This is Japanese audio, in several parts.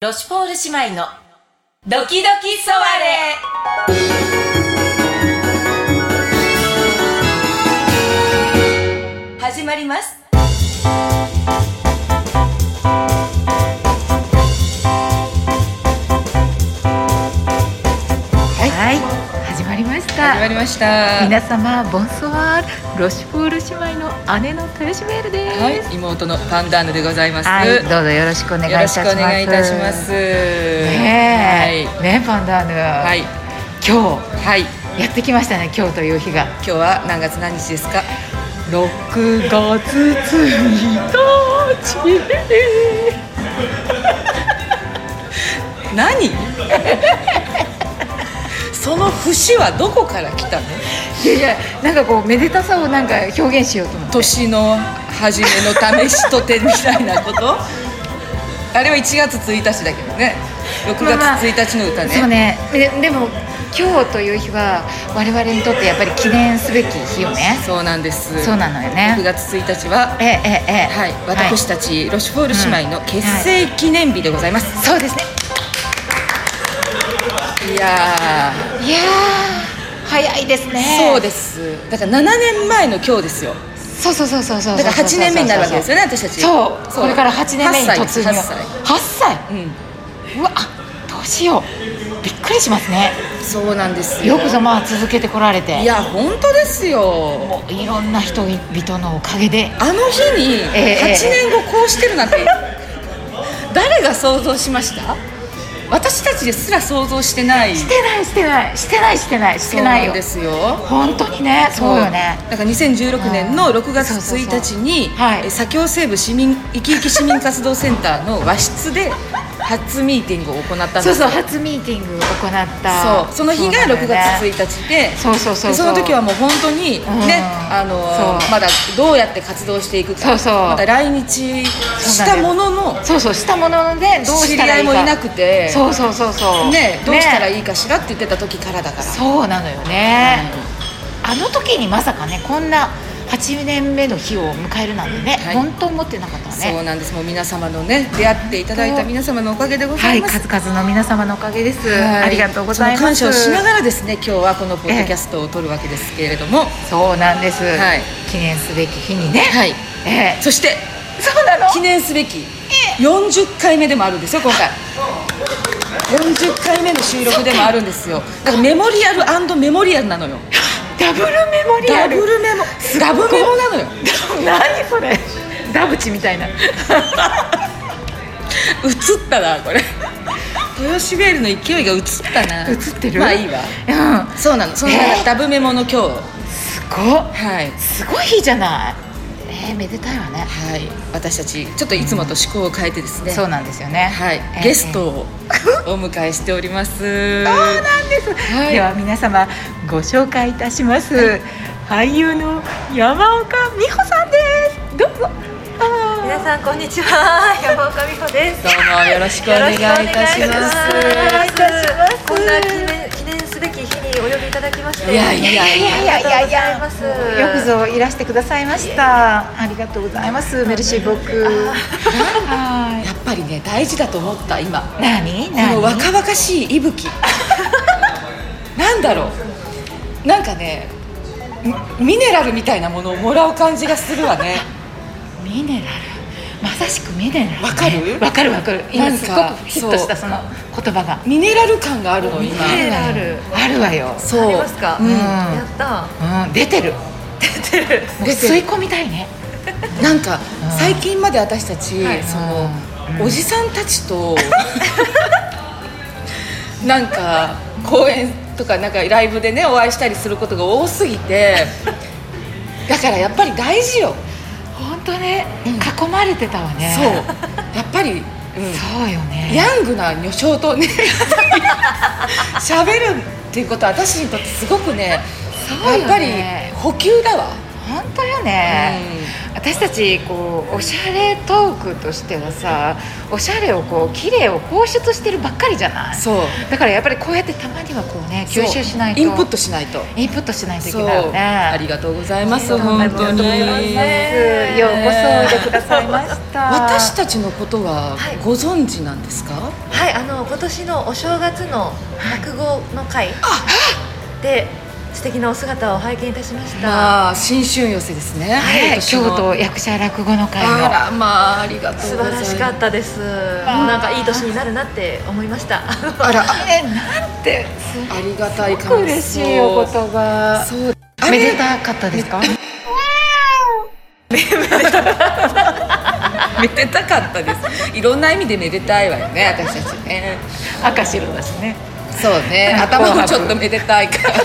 ロシュポール姉妹のドキドキソワレ始まりますはいはい始まりまし始またりました。皆様ボンソワールロシュポール姉妹の姉の豊島エルですはい、妹のパンダーヌでございます。はい、よどうぞよろしくお願いいたろししくまおす願いいたします。ねえ、ねえパンダーヌ、はい、はい、今はい、日やってきましたね今日という日が今日は何月何日ですか。 6月1日 何。その節はどこから来たの。いやいやなんかこうめでたさをなんか表現しようと思って年の初めの試しとてみたいなこと。あれは1月1日だけどね。6月1日の歌ね。そうねででも今日という日は我々にとってやっぱり記念すべき日よねそうなんです。そうなのよ6ね月1日はええええはい、私たち、ロシュフォール姉妹の結成記念日でございます。そうですねい、いややー早いですー、ねそうです。だから7年前の今日ですよ。そうそうそうそうそうだから8年目になるわけですよね、私たち。そうこれから8年目に突入8歳。8 8歳歳うん、うわどうしようびっくりしますねそうなんですよくぞまあ続けてこられていや、本当ですよ。もういろんな人々のおかげであの日に8ええ年後こうしてるなんて、誰が想像しました私たちですら想像してない。ししてないしてないしてないしてないしてないそようなんですよ。本当にねそうよねだから2016年の6月そうそうそう1日にはいえー左京西部市民いきいき市民活動センターの和室で初ミーティングを行ったんですそうよそう初ミーティングを行ったそうその日が6月1日でそうそうそうそうでその時はもう本当にね、うんあのーそうまだどうやって活動していくかそうそうまだ来日したもののそうそうしたものでどう知しりたら合いいいもかいなくてそうそうそうそうねどうしたらねいいかしらって言ってた時からだから、そうなのよね、あの時にまさかねこんな8年目の日を迎えるなんてね、はい本当思ってなかったわそうねなんですもう皆様のね出会っていただいた皆様のおかげでござはいいます、数々の皆様のおかげです、はいありがとうございそのます感謝をしながらですね今日はこのポッドキャストを撮るわけですけれども、そうなんです、はい記念すべき日にね、はいええそしてそうなの記念すべき40回目でもあるんですよ今回40回目の収録でもあるんですよだからメモリアルメモリアルなのよダブルメモリアダブルルメモダブメモなのよ 何それダブチみたいな映ったなこれ豊シベールの勢いが映ったな映ってるまあいいわうんそうなのその、えーダブメモの今日すごっはいすごい日じゃないえー、めでたいわねはい私たちちょっといつもと趣向を変えてですね、そうなんですよねはいえ、ーゲストをお迎えしており ます。そうなんです、はいでは皆様ご紹介いたします、俳優の山岡美穂さんですどうぞあ皆さんこんにちは山岡美穂ですどうもよろしくお願いいたしよろまくす。お願いいたしますおこん願ないいた記し念記念すべき日にお呼びいただきましていやいやいやありがとうございますーよくぞいらしてくださいましたありがとうございますメルシーボックはいやっぱりね大事だと思った今。何この何若々しい息吹。 なんだろう。なんかねミミネラルみたいなものをもらう感じがするわね。ミネラルまさしくミネラルわかるわかるわかる今なんすかごくヒットしたその言葉がミネラル感があるの今。ミネラルあるわよ、そう。ありますか、うんやったうん、出てる出出て吸るい込みたいねなんかうん最近まで私たち、はいその、うんおじさんたちとなんか公演とかなんかライブでねお会いしたりすることが多すぎてだからやっぱり大事よ、本当ね、囲まれてたわねそうやっぱり、うんそうよねヤングな女性とね 喋るっていうことは私にとってすごくねそうよねやっぱり補給だわ、本当よね、私たちこうおしゃれトークとしてはさおしゃれをこう綺麗を放出してるばっかりじゃないそうだからやっぱりこうやってたまにはこうね吸収しないとインプットしないとインプットしないといけないよねありがとうございます本当にようこそおいでくださいました私たちのことはご存知なんですか、はいあの今年のお正月の落語の会で素敵なお姿を拝見いたしましたまあ新春寄せですね、はい、京あ都役者落語の会のらまあありがとう素ござ晴いまらすしかったですもうなんかいい年になるなって思いましたあらあえなんてすありがたい感ご想く嬉しいお言葉そうあめでれたかったですかめでたかったですいろんな意味でめでたいわよね私たちね赤白だしねそう ね頭もちょっとめでたいから ね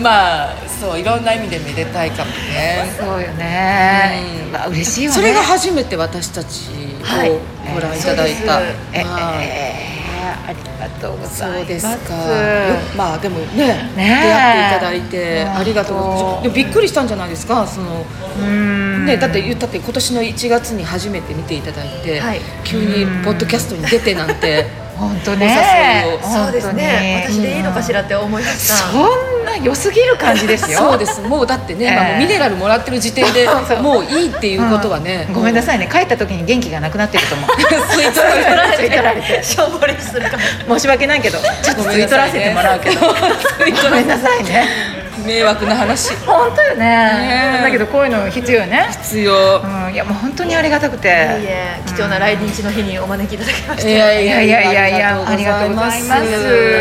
まあそういろんな意味でめでたいかもねそうよね、うんまあ嬉しいよねそれが初めて私たちはいをご覧いただいた、そうですええまあありがとうござそいうまですすかよまあでもね出会っていただいてありがとうございますでもびっくりしたんじゃないですかそのねだって言ったって今年の1月に初めて見ていただいて、はい急にポッドキャストに出てなんて本当ねお誘いをそうですね本当に私でいいのかしらって思いましたそんな良すぎる感じですよ そうですもうだってね、ええまあ、もうミネラルもらってる時点でそうもういいっていうことはね、うんごめんなもさいね帰った時に元気がなくなってると思うう吸い取られて吸い取られてしょぼりするか も申し訳ないけどちょっと吸い取らせてもらうけどごめんなさいね迷惑な話本当よねねえだけどこういうの必要よね、必要うん、いやもう本当にありがたくていえいえ貴重な来日の日にお招きいただきまして、やいやいやいやいやありがとうございます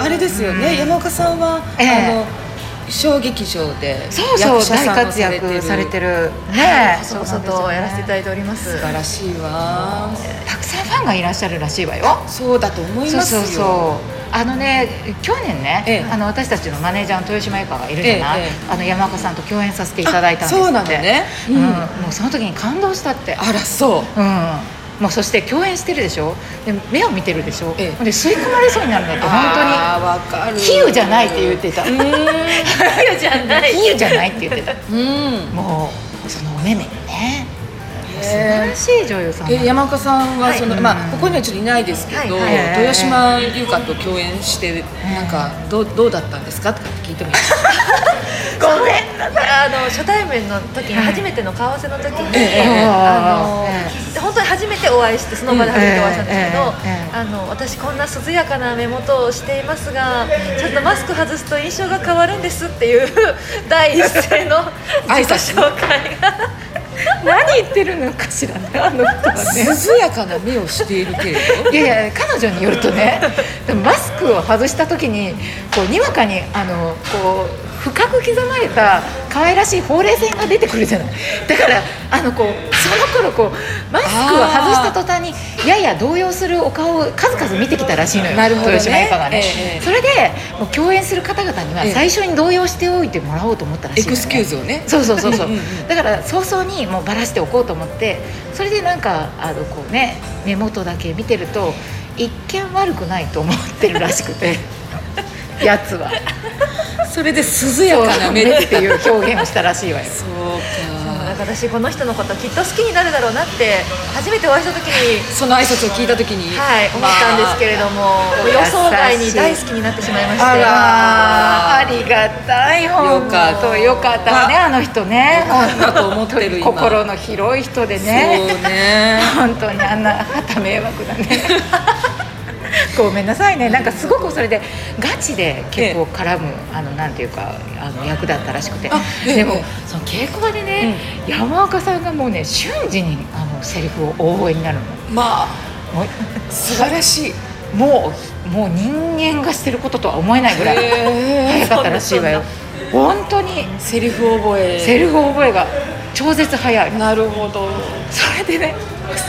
あれですよね、山岡さんは、ええあの小劇場でそうそう大を活躍されてるはねい、え細々とやらせていただいております素晴らしいわたくさんファンがいらっしゃるらしいわよそうだと思いそうますそようそうあのね去年ね、ええあの私たちのマネージャーの豊島由香がいるじゃない、えええあの山岡さんと共演させていただいたんですってあそうなのねうんうんもうその時に感動したってあらそううんもうそして共演してるでしょで目を見てるでしょ、ええで吸い込まれそうになるんだって本当にあーわかる比喩じゃないって言ってた比いやじゃない喩じゃないって言ってたうんもうそのお目目ね素晴らしい女優さんえ山岡さんははいその、まあここにはちょっといないですけど、はいはい豊島優香と共演してなんかどうどうだったんですかとかって聞いてもいいですかごめんなさいあの初対面の時に初めての顔合わせの時に、あの本当に初めてお会いしてその場で初めてお会いしたんですけど、ええええあの私こんな涼やかな目元をしていますがちょっとマスク外すと印象が変わるんですっていう第一声の挨自己拶紹介が何言ってるのかしらねあの人はね 涼やかな目をしているけれどいやいや彼女によるとねでもマスクを外した時にこうにわかにあのこう深く刻まれた可愛らしいほうれい線が出てくるじゃないだからあのこうその頃こうマスクを外した途端にやや動揺するお顔を数々見てきたらしいのよなるほどね豊島由香がね、ええそれでもう共演する方々にはええ最初に動揺しておいてもらおうと思ったらしいエのよクスキューズをねそうそうそうそううんうんうんだから早々にもうバラしておこうと思ってそれでなんかあのこうね目元だけ見てると一見悪くないと思ってるらしくてやつはそれで涼やかな目目でっていう表現をしたらしいわよそうなんかか私この人のこときっと好きになるだろうなって初めてお会いした時にその挨拶を聞いた時にはい、思ったんですけれども、予想外に大好きになってしまいまして。あありがたい本かった当よかったわねあの人ねらだと思ってる今心の広い人でそうねね本当にあんな旗迷惑 だねごめんなさいねなんかすごくそれでガチで結構絡む、あのなんていうかあの役だったらしくてあええでも、えその稽古場でね、山岡さんがもうね瞬時にあのセリフを大声になるのまあも素晴らしいうんもうもう人間がしてることとは思えないぐらいへ早えかったらしいわよ本当にセリフ覚えセリフ覚えが超絶早いなるほどそれでねす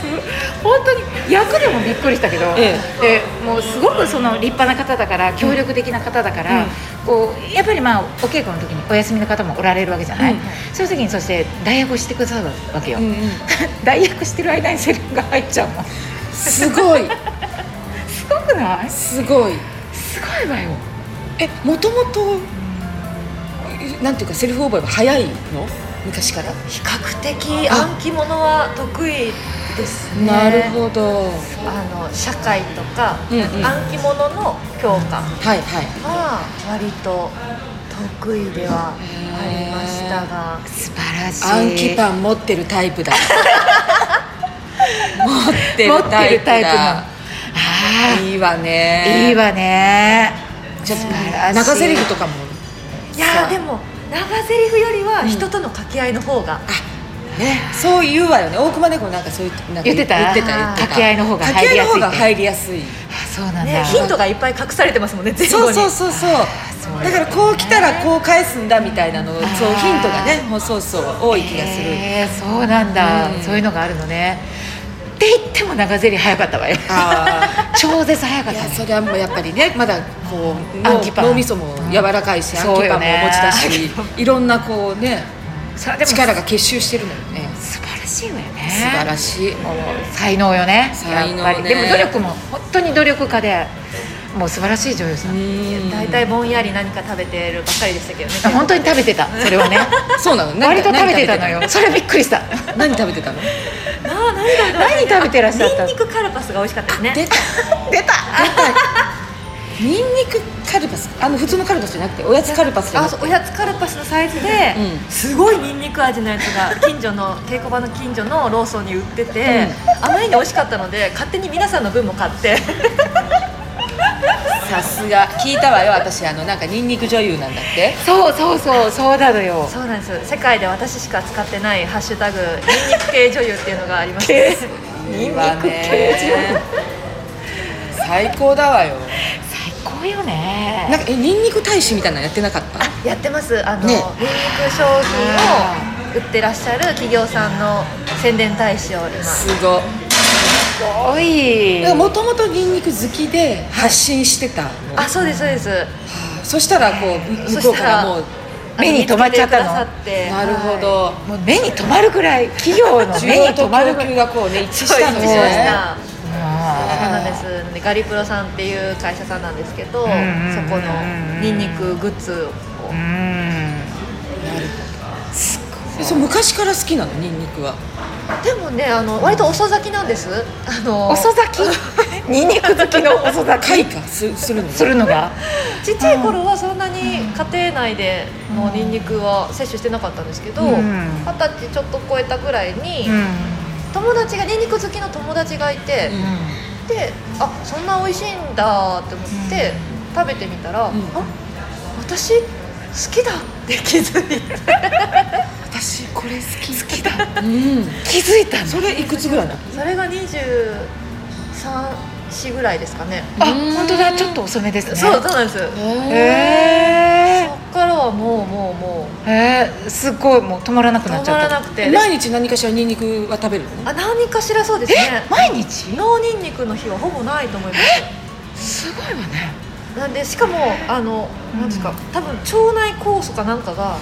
本当に役でもびっくりしたけど、えでもうすごくその立派な方だから協力的な方だから、こうやっぱりまあお稽古の時にお休みの方もおられるわけじゃない、うんそういう時にそして代役をしてくださるわけよ、うんうん 代役してる間にセリフが入っちゃうもんすすごいごくないすごいすごいわよえもともとなんていうかセリフ覚えが早いの昔から比較的暗記ものは得意ですねなるほどあの社会とか、うんうん暗記ものの教科はいはいは割と得意ではありましたが素晴らしい暗記パン持ってるタ イプだ持ってるタイプ持ってるタイプなだあいいわーねいいわねちょっと素晴らしい中セリフとかもいやーでも長セリフよりは人との掛け合いの方が、ねそう言うわよね大熊猫なんかそう言ってなんか言ってた言ってた言ってた掛け合いの方が入りやすいって掛け合の方が入りやすいあそうなんだ、ね、ヒントがいっぱい隠されてますもんね前後そうにそうそうそうそうだからこう来たらこう返すんだみたいなのそうーヒントがねもうそうそう多い気がする、えーそうなんだ、うんそういうのがあるのねって言っても長ゼリ早かったわよあ超絶早かあっいたやねそれはもうやっぱりねまだこう脳暗記パン脳みそも柔らかいしうん暗記パンそうよねもお持ち だしいろんなこうねそれでも力が結集してるのよね素晴らしいわよね素晴らしい才能よね才能ねやっぱりでも努力も本当に努力家でもう素晴らしい女優さん、うん大体ぼんやり何か食べてるばっかりでしたけどね本当に食べてたそれはねそう なの何割と食べてたのよそれびっくりした何食べて たのああ何食べてま何食べてらっしゃったニンニクカルパスが美味しかったですね出た出たニンニクカルパスあの普通のカルパスじゃなくておやつカルパスじゃあなくそてうおやつカルパスのサイズで、うんすごいニンニク味のやつが近所の稽古場の近所のローソンに売ってて、あまりに美味しかったので勝手に皆さんの分も買ってさすが聞いたわよ私あのなんかニンニク女優なんだってそうそうそうそうなのよ そうなんですよ世界で私しか使ってないハッシュタグニンニク系女優っていうのがありましていいわね最高だわよ最高よねなんかえニンニク大使みたいなのやってなかったあやってますあの、ねニンニク商品を売ってらっしゃる企業さんの宣伝大使を今すごすごいいもともとニンニク好きで発信してたのあそうですそうですそしたらこう向こうからもう目に留まっちゃったのあ見つけてくださなってるほどもう目に留まるぐらい企業の需目要にと留まるぐ供らい給がこうね一致そしう一た致のしまねしたあそうなんですなんでガリプロさんっていう会社さんなんですけど、んうんそこのニンニクグッズーをうんえそう昔から好きなのニンニクはでもねあの割と遅咲きなんですあの遅咲き ニンニク好きの遅咲開き花すするのするのがちっちゃい頃はそんなに家庭内でのニンニクは摂取してなかったんですけどう二十、ん歳ちょっと超えたぐらいに、友達がニンニク好きの友達がいて、であそんな美味しいんだって思って食べてみたら、んあ私好きだって気づいて私これ好き好きだ、うん、気づいたのそれいくつぐらいなのそれが234ぐらいですかねあ本当だちょっと遅めですねそうそうなんですそへっからはもうもうもえへえすごいもう止まらなくうなっ止ちゃまったらなくて毎日何かしらニンニクは食べるのあ何かしらそうですねえ毎日脳ニンニクの日はほぼないと思いますすごいわねなんでしかもあのなんですか、多分腸内酵素かなんかが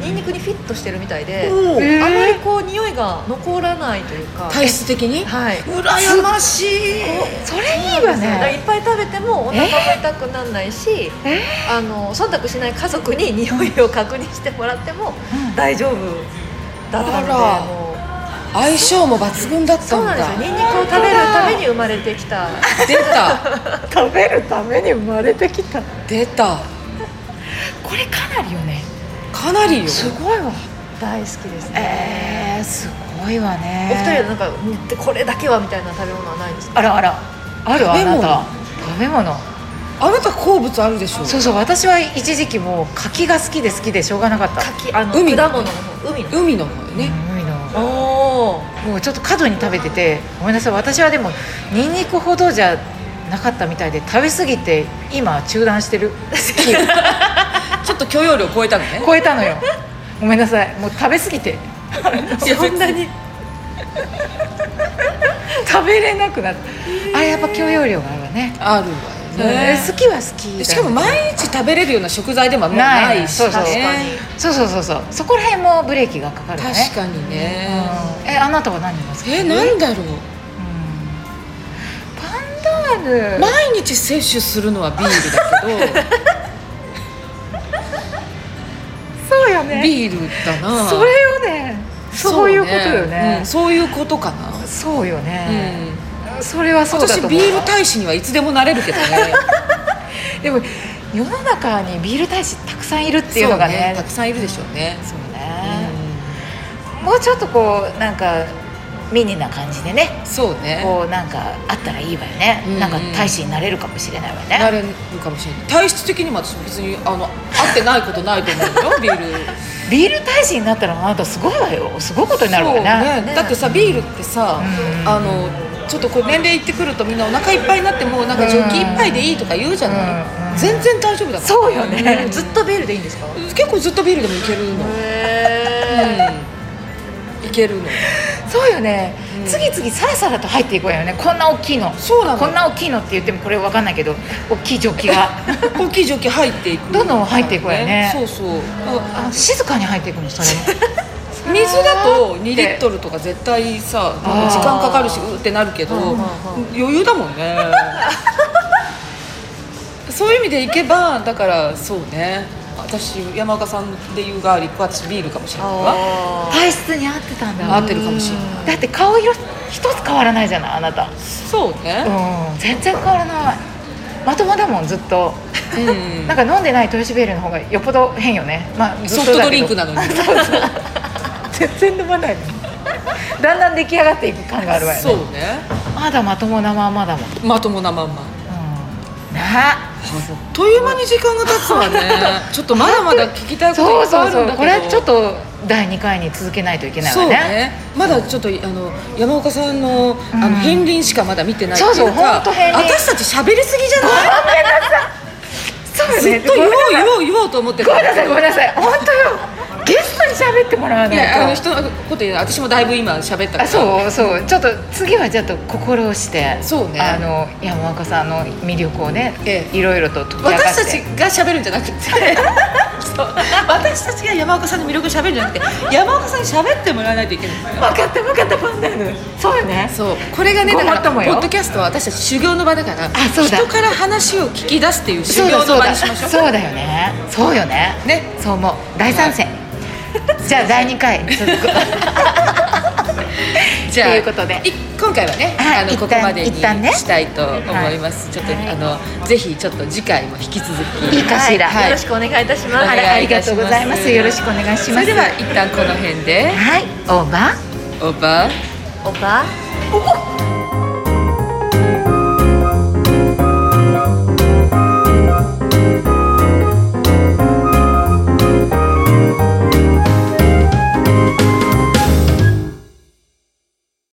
ニンニクにフィットしてるみたいで、おーえーあまりこう匂いが残らないというか体質的にはい羨ましいそれいいわだからいねっぱい食べてもお腹も痛くならないし、えあの忖度しない家族に匂いを確認してもらってもうん大丈夫だったので、あらもう相性も抜群だったそんうなんだですよニンニクを食べるために生まれてきた出た食べるために生まれてきた出たこれかなりよねかなりよすごいわ大好きですね、えー、すごいわねお二人はなんかうんでこれだけはみたいな食べ物はないんですかあらあらある食べあな物た食べ物あなた好物あるでしょそうそう私は一時期もう柿が好きで好きでしょうがなかった柿あの海果物の方海の方海の方よね海のおーもうちょっと過度に食べててごめんなさい私はでもニンニクほどじゃなかったみたいで食べ過ぎて今中断してるちょっと許容量超えたのね超えたのよごめんなさいもう食べ過ぎて そんなに食べれなくなったあやっぱ許容量があるわねあるわよねうん好きは好きだねしかも毎日食べれるような食材でももうないしねないそうそうそうそうそうそうそこら辺もブレーキがかかるよね確かにねうんえあなたは何が好きえなんだろうパンダール、毎日摂取するのはビールだけどそうよよ ねビールだなそれよねそういうことようねんそういうことかな、うそうよね、ん、それはそうだ私と思うビール大使にはいつでもなれる けどねでも世の中にビール大使たくさんいるっていうのがそうねたくさんいるでしょうねそうねもうちょっとこうなんかミニな感じでねうんそうねこうなんかあったらいいわよね、うんうんなんか大使になれるかもしれないわねなれるかもしれない体質的にも私別にあの合ってないことないと 思うよビールビール大使になったらあなたすごいわよすごいことになるわよねそうだってさビールってさ、うんあのちょっとこう年齢いってくるとみんなお腹いっぱいになってもうなんかジョッキ一杯でいいとか言うじゃない、うん全然大丈夫だからそうよね、ずっとビールでいいんですか結構ずっとビールでもいけるの、うん、い けるのそうよね、次々さらさらと入っていこうよねこんな大きいのそうなのこんな大きいのって言ってもこれわかんないけど大きいジョッキが大きいジョッキ入っていくどんどん入っていくわよねそうそうあ静かに入っていくのそれも水だと2リットルとか絶対さなんか時間かかるしうってなるけど余裕だも んねそういう意味でいけばだからそうね私山岡さんで言うガーリックは私ビールかもしれないわ体質に合ってたんだ合ってるかもしれないだって顔色一つ変わらないじゃないあなたそうねうん全然変わらないまともだもんずっ とうんなんか飲んでないトヨシベールの方がよっぽど変よねまあずソっフとトだドけリンクどなのに全然飲まないのだんだん出来上がっていく感があるわよねそうねまだまともなまんまだもん、うん、まともなまんまなあっという間に時間が経つわねちょっとまだまだ聞きたいことそいうっぱいそうあるそんうだけどこれはちょっと第2回に続けないといけないそわうねねまだちょっとあの山岡さんのあうんの片鱗しかまだ見てないっていうかそうそうほんと片鱗私たち喋りすぎじゃなそういよずねっと言おう言おう言おうと思ってごためんなさいごめんなさい本当よゲストに喋ってもらわいやあなのいと人のこと言う私もだいぶ今喋ったからあそうそうちょっと次はちょっと心をしてそうねあの山岡さんの魅力をね、ええいろいろと解き明か私したてちが喋るんじゃな くてそう私たちが山岡さんの魅力を喋るんじゃなくて山岡さんに喋ってもらわないといけない分かった分かったパンダのそうよねそうこれがねだかごもっとらポもよッドキャストは私たち修行の場だからあそうだ人から話を聞き出すっていう修そう行だのそう場だにしましょうそうだよねそうよねねそう思う大賛成、じゃあ第2回 続くじゃあということでい今回はね、はいあの一旦ここまでに一旦ねしたいと思います。ちょっと、あのぜひちょっと次回も引き続きいいかしら、はいよろしくお願いいたしますおあらあ願いりいたがしますとうございますよろしくお願いしそますれでは一旦この辺ではいオーバーオーバー。おばおば